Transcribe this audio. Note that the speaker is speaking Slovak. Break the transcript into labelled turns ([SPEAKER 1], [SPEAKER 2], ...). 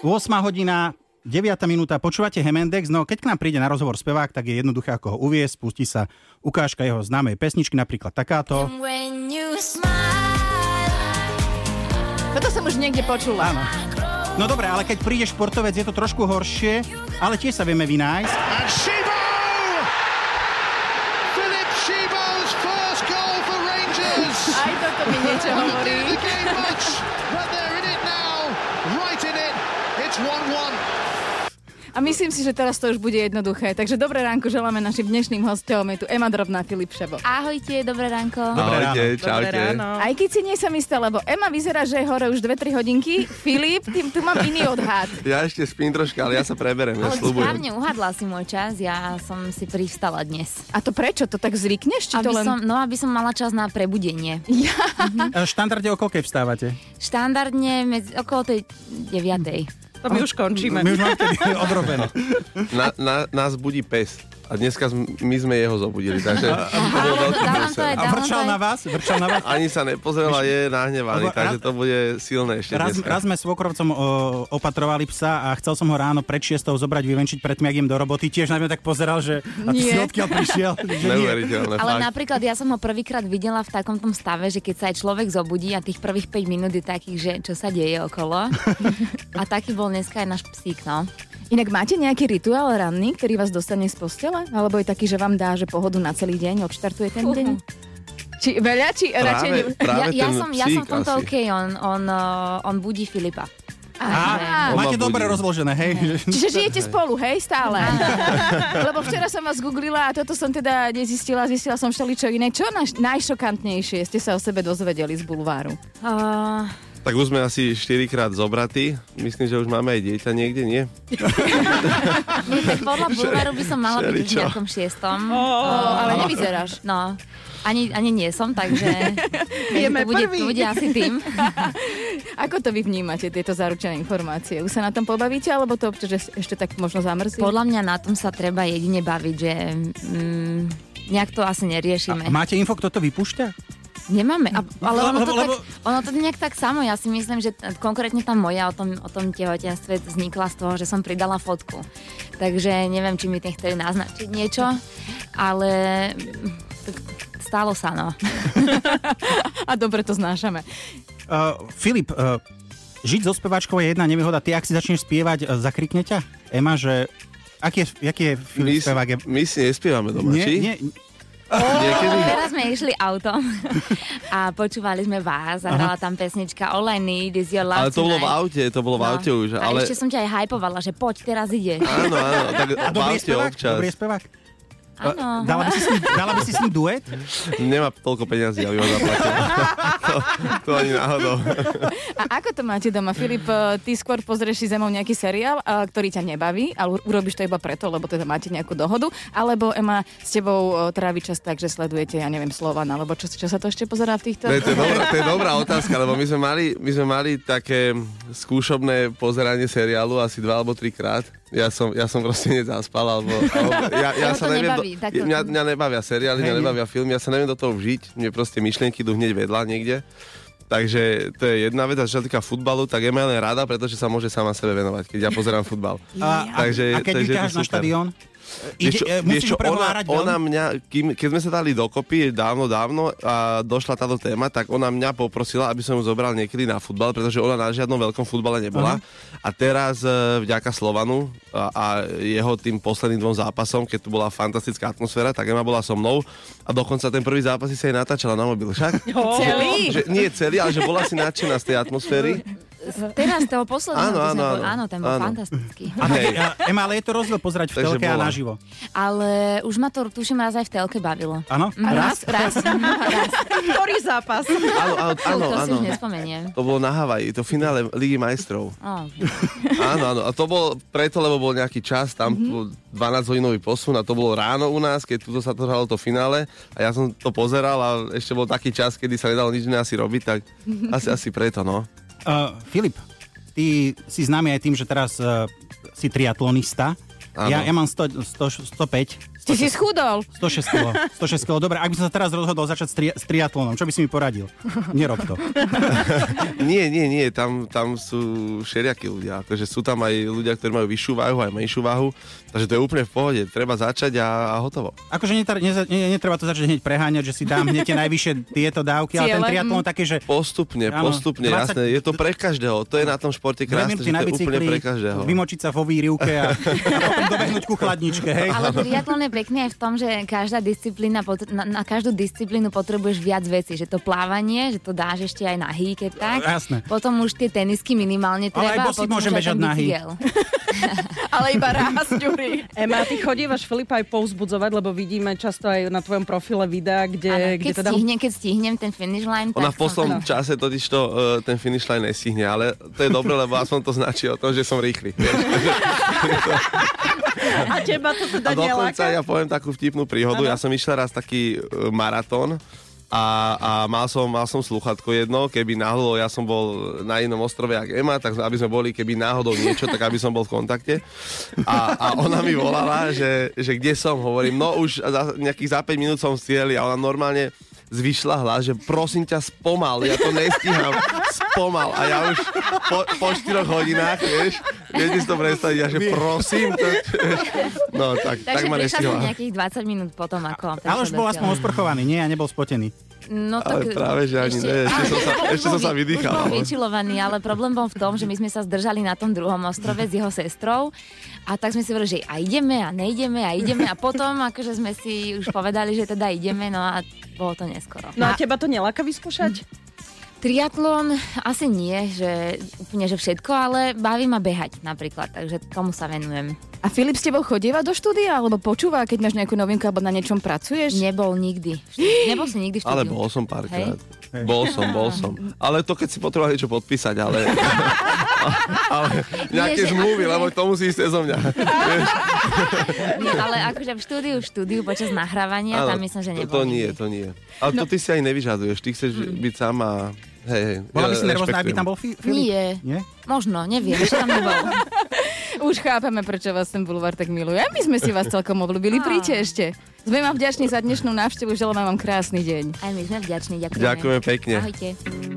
[SPEAKER 1] 8 hodina, 9. minúta, počúvate Hemendex, no keď k nám príde na rozhovor spevák, tak je jednoduché ako ho uviesť, spustí sa ukážka jeho známej pesničky, napríklad takáto.
[SPEAKER 2] When you smile,
[SPEAKER 3] Toto som už niekde počula.
[SPEAKER 1] Áno. No dobre, ale keď príde športovec, je to trošku horšie, ale tiež sa vieme vynájsť.
[SPEAKER 4] And Shebo! Philip Shebo's first goal for Rangers!
[SPEAKER 3] Aj toto mi niečo hovorí.
[SPEAKER 4] Didn't do the game much, but they're in it now. Right in it. It's 1-1.
[SPEAKER 3] A myslím si, že teraz to už bude jednoduché. Takže dobré ránko želáme našim dnešným hostom. Je tu Ema Drobná, Filip Šebo.
[SPEAKER 2] ahojte, dobré ránko.
[SPEAKER 1] Dobré ráno.
[SPEAKER 5] Ahojte, čaute.
[SPEAKER 3] Aj keď si nie som istá, lebo Ema vyzerá, že je hore už 2-3 hodinky. Filip, tým, tu mám iný odhad.
[SPEAKER 5] Ja ešte spím troška, ale ja sa preberem, ja
[SPEAKER 2] Ale
[SPEAKER 5] slúbujem.
[SPEAKER 2] správne uhadla si môj čas, ja som si privstala dnes.
[SPEAKER 3] A to prečo? To tak zvykneš? Či to
[SPEAKER 2] Aby
[SPEAKER 3] len...
[SPEAKER 2] som, no, aby som mala čas na prebudenie.
[SPEAKER 1] E, Štandarde o koľkej vstávate?
[SPEAKER 2] Štandardne medzi, okolo tej 9.
[SPEAKER 6] To my už končíme.
[SPEAKER 1] My už máme tedy odrobené.
[SPEAKER 5] Na, na, nás budí pes. A dneska sm- my sme jeho zobudili, takže to bolo
[SPEAKER 2] Áno,
[SPEAKER 5] veľké
[SPEAKER 2] dávam to
[SPEAKER 5] veselé.
[SPEAKER 2] aj
[SPEAKER 1] A vrčal na vás? Vrčal na vás?
[SPEAKER 5] Ani sa nepozrel a je
[SPEAKER 1] Lebo
[SPEAKER 5] nahnevaný,
[SPEAKER 1] raz-
[SPEAKER 5] takže to bude silné ešte
[SPEAKER 1] Raz,
[SPEAKER 5] dneska.
[SPEAKER 1] raz sme svokrovcom o, opatrovali psa a chcel som ho ráno pred šiestou zobrať, vyvenčiť predtým, ak idem do roboty. Tiež na mňa tak pozeral, že a ty
[SPEAKER 3] Nie.
[SPEAKER 1] si odkiaľ prišiel. Že nie.
[SPEAKER 5] Neuveriteľné,
[SPEAKER 2] Ale
[SPEAKER 5] fakt.
[SPEAKER 2] napríklad ja som ho prvýkrát videla v takom tom stave, že keď sa aj človek zobudí a tých prvých 5 minút je takých, že čo sa deje okolo. A taký bol dneska aj náš psík, no.
[SPEAKER 3] Inak máte nejaký rituál ranný, ktorý vás dostane z postele? Alebo je taký, že vám dá, že pohodu na celý deň, odštartuje ten deň? Či veľa, či radšej...
[SPEAKER 5] Práve,
[SPEAKER 3] Ne...
[SPEAKER 5] práve
[SPEAKER 2] ja, ja,
[SPEAKER 5] ten
[SPEAKER 2] som, ja som v
[SPEAKER 5] psík
[SPEAKER 2] tomto
[SPEAKER 5] asi.
[SPEAKER 2] OK, on, on, eh, on budí Filipa.
[SPEAKER 1] Á,
[SPEAKER 5] Oba
[SPEAKER 1] máte dobre
[SPEAKER 5] budí.
[SPEAKER 1] rozložené, hej?
[SPEAKER 3] Čiže žijete spolu, hej, stále? Lebo včera som vás googlila a toto som teda nezistila, zistila som všeličo iné. Čo naš, najšokantnejšie ste sa o sebe dozvedeli z bulváru? Eh,
[SPEAKER 2] Uh,
[SPEAKER 5] Tak už sme asi 4 krát zobratí. Myslím, že už máme aj dieťa niekde, nie?
[SPEAKER 2] tak podľa bulvaru by som mala byť v
[SPEAKER 5] Všeličo.
[SPEAKER 2] nejakom šiestom.
[SPEAKER 3] O, ale nevyzeráš.
[SPEAKER 2] No, ani, ani nie som, takže
[SPEAKER 6] Vieme
[SPEAKER 2] to bude,
[SPEAKER 6] prvý.
[SPEAKER 2] to bude asi tým.
[SPEAKER 3] Ako to vy vnímate, tieto zaručené informácie? Už sa na tom pobavíte, alebo to občas ešte tak možno zamrzí?
[SPEAKER 2] Podľa mňa na tom sa treba jedine baviť, že mm, nejak to asi neriešime.
[SPEAKER 1] Máte info, kto to vypúšťa?
[SPEAKER 2] Nemáme, a, ale ono to,
[SPEAKER 1] Lebo-
[SPEAKER 2] tak,
[SPEAKER 1] lebo-
[SPEAKER 2] ono to nejak tak samo. Ja si myslím, že t- konkrétne tá moja o tom, o tom tehotenstve vznikla z toho, že som pridala fotku. Takže neviem, či mi tým chceli naznačiť niečo, ale mm, tak stalo sa, no.
[SPEAKER 3] A dobre to znášame.
[SPEAKER 1] Uh, Filip, uh, žiť so speváčkou je jedna nevýhoda. Ty, ak si začneš spievať, uh, zakrikne ťa? Ema, že... Aký je, jaký je
[SPEAKER 5] My,
[SPEAKER 1] Filip
[SPEAKER 5] si-
[SPEAKER 1] spevák? Je-
[SPEAKER 5] my si nespievame doma,
[SPEAKER 1] Nie,
[SPEAKER 5] či?
[SPEAKER 1] nie,
[SPEAKER 5] Niekedy?
[SPEAKER 2] Teraz sme išli autom a počúvali sme vás a hrala tam pesnička All I Need Is Your Love
[SPEAKER 5] Ale to bolo v
[SPEAKER 2] Tonight.
[SPEAKER 5] aute, to bolo v
[SPEAKER 2] No.
[SPEAKER 5] aute už.
[SPEAKER 2] A
[SPEAKER 5] Ale...
[SPEAKER 2] ešte som ťa aj hypovala, že poď, teraz ide.
[SPEAKER 5] Áno, áno, tak v
[SPEAKER 1] dobrý je
[SPEAKER 5] aute
[SPEAKER 1] spevák?
[SPEAKER 5] občas.
[SPEAKER 1] Dobrý je spevák? Uh,
[SPEAKER 2] Áno.
[SPEAKER 1] Dala by si s ním, dala by si s ním duet?
[SPEAKER 5] Nemá toľko peňazí, aby ho zaplatil. to, to ani náhodou.
[SPEAKER 3] A ako to máte doma? Filip, eh, ty skôr pozrieš si zemou nejaký seriál, eh, ktorý ťa nebaví, ale u- urobíš to iba preto, lebo teda máte nejakú dohodu, alebo Ema s tebou eh, trávi čas tak, že sledujete, ja neviem, Slovan, alebo čo, čo sa to ešte pozerá v týchto...
[SPEAKER 5] To, je, to, je dobrá, to je dobrá otázka, lebo my sme, mali, my sme mali také skúšobné pozeranie seriálu asi dva alebo trikrát. Ja som, ja som proste nezaspal, alebo, alebo ja, ja
[SPEAKER 2] Lebo
[SPEAKER 5] sa
[SPEAKER 2] to
[SPEAKER 5] neviem,
[SPEAKER 2] nebaví, tak to-
[SPEAKER 5] mňa, mňa nebavia seriály, mňa
[SPEAKER 1] Hej, nie.
[SPEAKER 5] nebavia filmy, ja sa neviem do toho vžiť, mne proste myšlienky idú hneď vedľa niekde. Takže to je jedna vec, a čo sa týka futbalu, tak je ma len rada, pretože sa môže sama sebe venovať, keď ja pozerám futbal.
[SPEAKER 1] A, a, a
[SPEAKER 5] Takže-
[SPEAKER 1] keď
[SPEAKER 5] takže je to
[SPEAKER 1] vyťaháš na
[SPEAKER 5] super.
[SPEAKER 1] štadión?
[SPEAKER 5] Vieš
[SPEAKER 1] Ide,
[SPEAKER 5] čo-
[SPEAKER 1] e,
[SPEAKER 5] vieš
[SPEAKER 1] musíš
[SPEAKER 5] čo,
[SPEAKER 1] ho prehovárať veľmi?
[SPEAKER 5] ona, ona mňa, kým, keď sme sa dali dokopy dávno, dávno a došla táto téma, tak ona mňa poprosila, aby som ju zobral niekedy na futbal, pretože ona na žiadnom veľkom futbale nebola.
[SPEAKER 1] Mhm.
[SPEAKER 5] A teraz e, vďaka Slovanu a, a jeho tým posledným dvom zápasom, keď tu bola fantastická atmosféra, tak Ema bola so mnou a dokonca ten prvý zápas si sa jej natáčala na mobil. Však?
[SPEAKER 3] Celý?
[SPEAKER 5] Že, nie celý, ale že bola si nadšená z tej atmosféry.
[SPEAKER 2] Teraz toho posledného,
[SPEAKER 5] Áno,
[SPEAKER 2] tu sme
[SPEAKER 5] áno,
[SPEAKER 2] boli-
[SPEAKER 5] áno.
[SPEAKER 2] áno, ten bol
[SPEAKER 5] Áno.
[SPEAKER 2] fantastický.
[SPEAKER 1] A tak,
[SPEAKER 5] Hej.
[SPEAKER 1] e, Ema, ale je to rozdiel pozerať v
[SPEAKER 5] Takže
[SPEAKER 1] telke a
[SPEAKER 5] bola.
[SPEAKER 1] naživo.
[SPEAKER 2] Ale už ma to, tuším, raz aj v telke bavilo.
[SPEAKER 1] Áno?
[SPEAKER 3] Raz, raz.
[SPEAKER 6] Ktorý zápas?
[SPEAKER 5] Áno, áno, áno.
[SPEAKER 2] to si
[SPEAKER 5] áno.
[SPEAKER 2] už nespomeniem.
[SPEAKER 5] To bolo na Havaji, to finále Ligy majstrov.
[SPEAKER 2] Oh.
[SPEAKER 5] Áno, áno. A to bol preto, lebo bol nejaký čas, tam bol 12-hodinový posun a to bolo ráno u nás, keď tuto sa to hralo to finále a ja som to pozeral a ešte bol taký čas, kedy sa nedalo nič iné asi robiť, tak asi, asi preto, no.
[SPEAKER 1] Uh, Filip, ty si známy aj tým, že teraz uh, si e, triatlonista.
[SPEAKER 5] Áno.
[SPEAKER 1] Ja, ja mám 100, 100, 105
[SPEAKER 3] Ty si schudol.
[SPEAKER 1] 106 kg. 106 kg. Dobre, ak by som sa teraz rozhodol začať s, tri- s triatlónom, čo by si mi poradil? Nerob to.
[SPEAKER 5] Nie, nie, nie, tam, tam sú všelijakí ľudia. Akože sú tam aj ľudia, ktorí majú vyššiu váhu, aj menšiu váhu. Takže to je úplne v pohode. Treba začať a, a hotovo.
[SPEAKER 1] Akože netar- neza- ne- netreba to začať hneď preháňať, že si dám hneď tie najvyššie tieto dávky, ale ten
[SPEAKER 3] Ciele,
[SPEAKER 1] triatlón
[SPEAKER 3] mm.
[SPEAKER 1] také, že
[SPEAKER 5] Postupne,
[SPEAKER 1] Áno,
[SPEAKER 5] postupne,
[SPEAKER 1] 20
[SPEAKER 5] jasné. Je to pre každého. To je na tom športe
[SPEAKER 1] dve
[SPEAKER 5] krásne,
[SPEAKER 1] minúty
[SPEAKER 5] že
[SPEAKER 1] na
[SPEAKER 5] to je úplne pre
[SPEAKER 1] bicykli,
[SPEAKER 5] každého.
[SPEAKER 1] vymočiť sa vo výrivke a, a potom dobehnúť ku chladničke, hej?
[SPEAKER 2] Ale triatlon je pekný aj v tom, že každá disciplína, potr- na, na každú disciplínu potrebuješ viac vecí. Že to plávanie, že to dáš ešte aj nahý, keď tak.
[SPEAKER 1] Jasné.
[SPEAKER 2] Potom už tie tenisky minimálne
[SPEAKER 1] Ale aj
[SPEAKER 2] treba. a
[SPEAKER 1] bosí
[SPEAKER 2] potom už
[SPEAKER 1] môžem
[SPEAKER 2] aj
[SPEAKER 1] bežať
[SPEAKER 2] ten
[SPEAKER 1] nahý.
[SPEAKER 2] bicykel.
[SPEAKER 3] Ale iba raz, Ďuri.
[SPEAKER 6] Ema, ty chodívaš Filipa aj povzbudzovať, lebo vidíme často aj na tvojom profile videa, kde,
[SPEAKER 2] Áno,
[SPEAKER 6] kde
[SPEAKER 2] keď,
[SPEAKER 6] teda...
[SPEAKER 2] stihnem, keď stihnem ten finish line,
[SPEAKER 5] Ona
[SPEAKER 2] tak
[SPEAKER 5] v poslednom
[SPEAKER 2] som...
[SPEAKER 5] čase totiž to, uh, ten finish line nestihne, ale to je dobre, lebo aspoň to značí o tom, že som rýchly.
[SPEAKER 6] A teba to
[SPEAKER 5] A
[SPEAKER 6] teda
[SPEAKER 5] dokonca
[SPEAKER 6] neláka?
[SPEAKER 5] ja poviem takú vtipnú príhodu. Ja som išiel raz taký e, maratón a, a mal, som, mal som sluchatko jedno, keby náhodou, ja som bol na inom ostrove jak Ema, tak aby sme boli, keby náhodou niečo, tak aby som bol v kontakte. A, a ona mi volala, že, že kde som, hovorím, no už za, nejakých za 5 minút som v cieli a ona normálne zvyšla hlas, že prosím ťa spomal, ja to nestíham, spomal. A ja už po, po 4 hodinách, vieš, viete si to predstaviť, ja, že prosím, to, no tak, tak
[SPEAKER 2] Takže prišla som
[SPEAKER 5] ma nestihla.
[SPEAKER 2] nejakých 20 minút potom, ako...
[SPEAKER 1] Ale už
[SPEAKER 2] prišla
[SPEAKER 1] bol
[SPEAKER 2] do
[SPEAKER 1] aspoň
[SPEAKER 2] cieľa.
[SPEAKER 1] osprchovaný, nie, ja nebol spotený.
[SPEAKER 2] No
[SPEAKER 5] Ale
[SPEAKER 2] tak...
[SPEAKER 5] práve, že ani ne, ešte som sa- ešte som sa vydýchal.
[SPEAKER 2] Už bol vyčilovaný, ale problém bol v tom, že my sme sa zdržali na tom druhom ostrove s jeho sestrou a tak sme si hovorili, že a ideme a nejdeme a ideme a potom akože sme si už povedali, že teda ideme, no a bolo to neskoro.
[SPEAKER 6] No a teba to neláka vyskúšať?
[SPEAKER 2] Triatlon asi nie, že úplne že všetko, ale baví ma behať napríklad, takže tomu sa venujem.
[SPEAKER 3] A Filip s tebou chodieva do štúdia, alebo počúva, keď máš nejakú novinku, alebo na niečom pracuješ?
[SPEAKER 2] Nebol nikdy. Nebol si nikdy v štúdiu.
[SPEAKER 5] Ale bol som párkrát.
[SPEAKER 2] Hej.
[SPEAKER 5] Bol som, bol som. Ale to keď si potreboval niečo podpísať, ale... ale nejaké
[SPEAKER 2] Nie, že-
[SPEAKER 5] zmluvy, lebo to musí ísť cez mňa.
[SPEAKER 2] Nie, ale akože v štúdiu, v štúdiu počas nahrávania, tam
[SPEAKER 5] Áno,
[SPEAKER 2] myslím, že
[SPEAKER 5] to-
[SPEAKER 2] nebol.
[SPEAKER 5] To
[SPEAKER 2] nikdy.
[SPEAKER 5] nie,
[SPEAKER 2] No. Mm.
[SPEAKER 5] to nie. Ale to ty si aj nevyžaduješ, ty chceš byť sama... Hej, hej.
[SPEAKER 1] Bola by
[SPEAKER 5] ja
[SPEAKER 1] si nervózna, aby
[SPEAKER 5] rešpektujem.
[SPEAKER 1] tam bol Fi- Filip?
[SPEAKER 2] Nie,
[SPEAKER 1] Nie?
[SPEAKER 2] možno, neviem, ešte tam nebol.
[SPEAKER 3] Už chápeme, prečo vás ten bulvár tak miluje. A My sme si vás celkom
[SPEAKER 2] Á.
[SPEAKER 3] obľúbili. Príďte ešte. Sme vám vďační za dnešnú návštevu. Želáme vám krásny deň.
[SPEAKER 2] Aj my sme vďační, ďakujeme.
[SPEAKER 5] Ďakujem pekne.
[SPEAKER 2] Ahojte.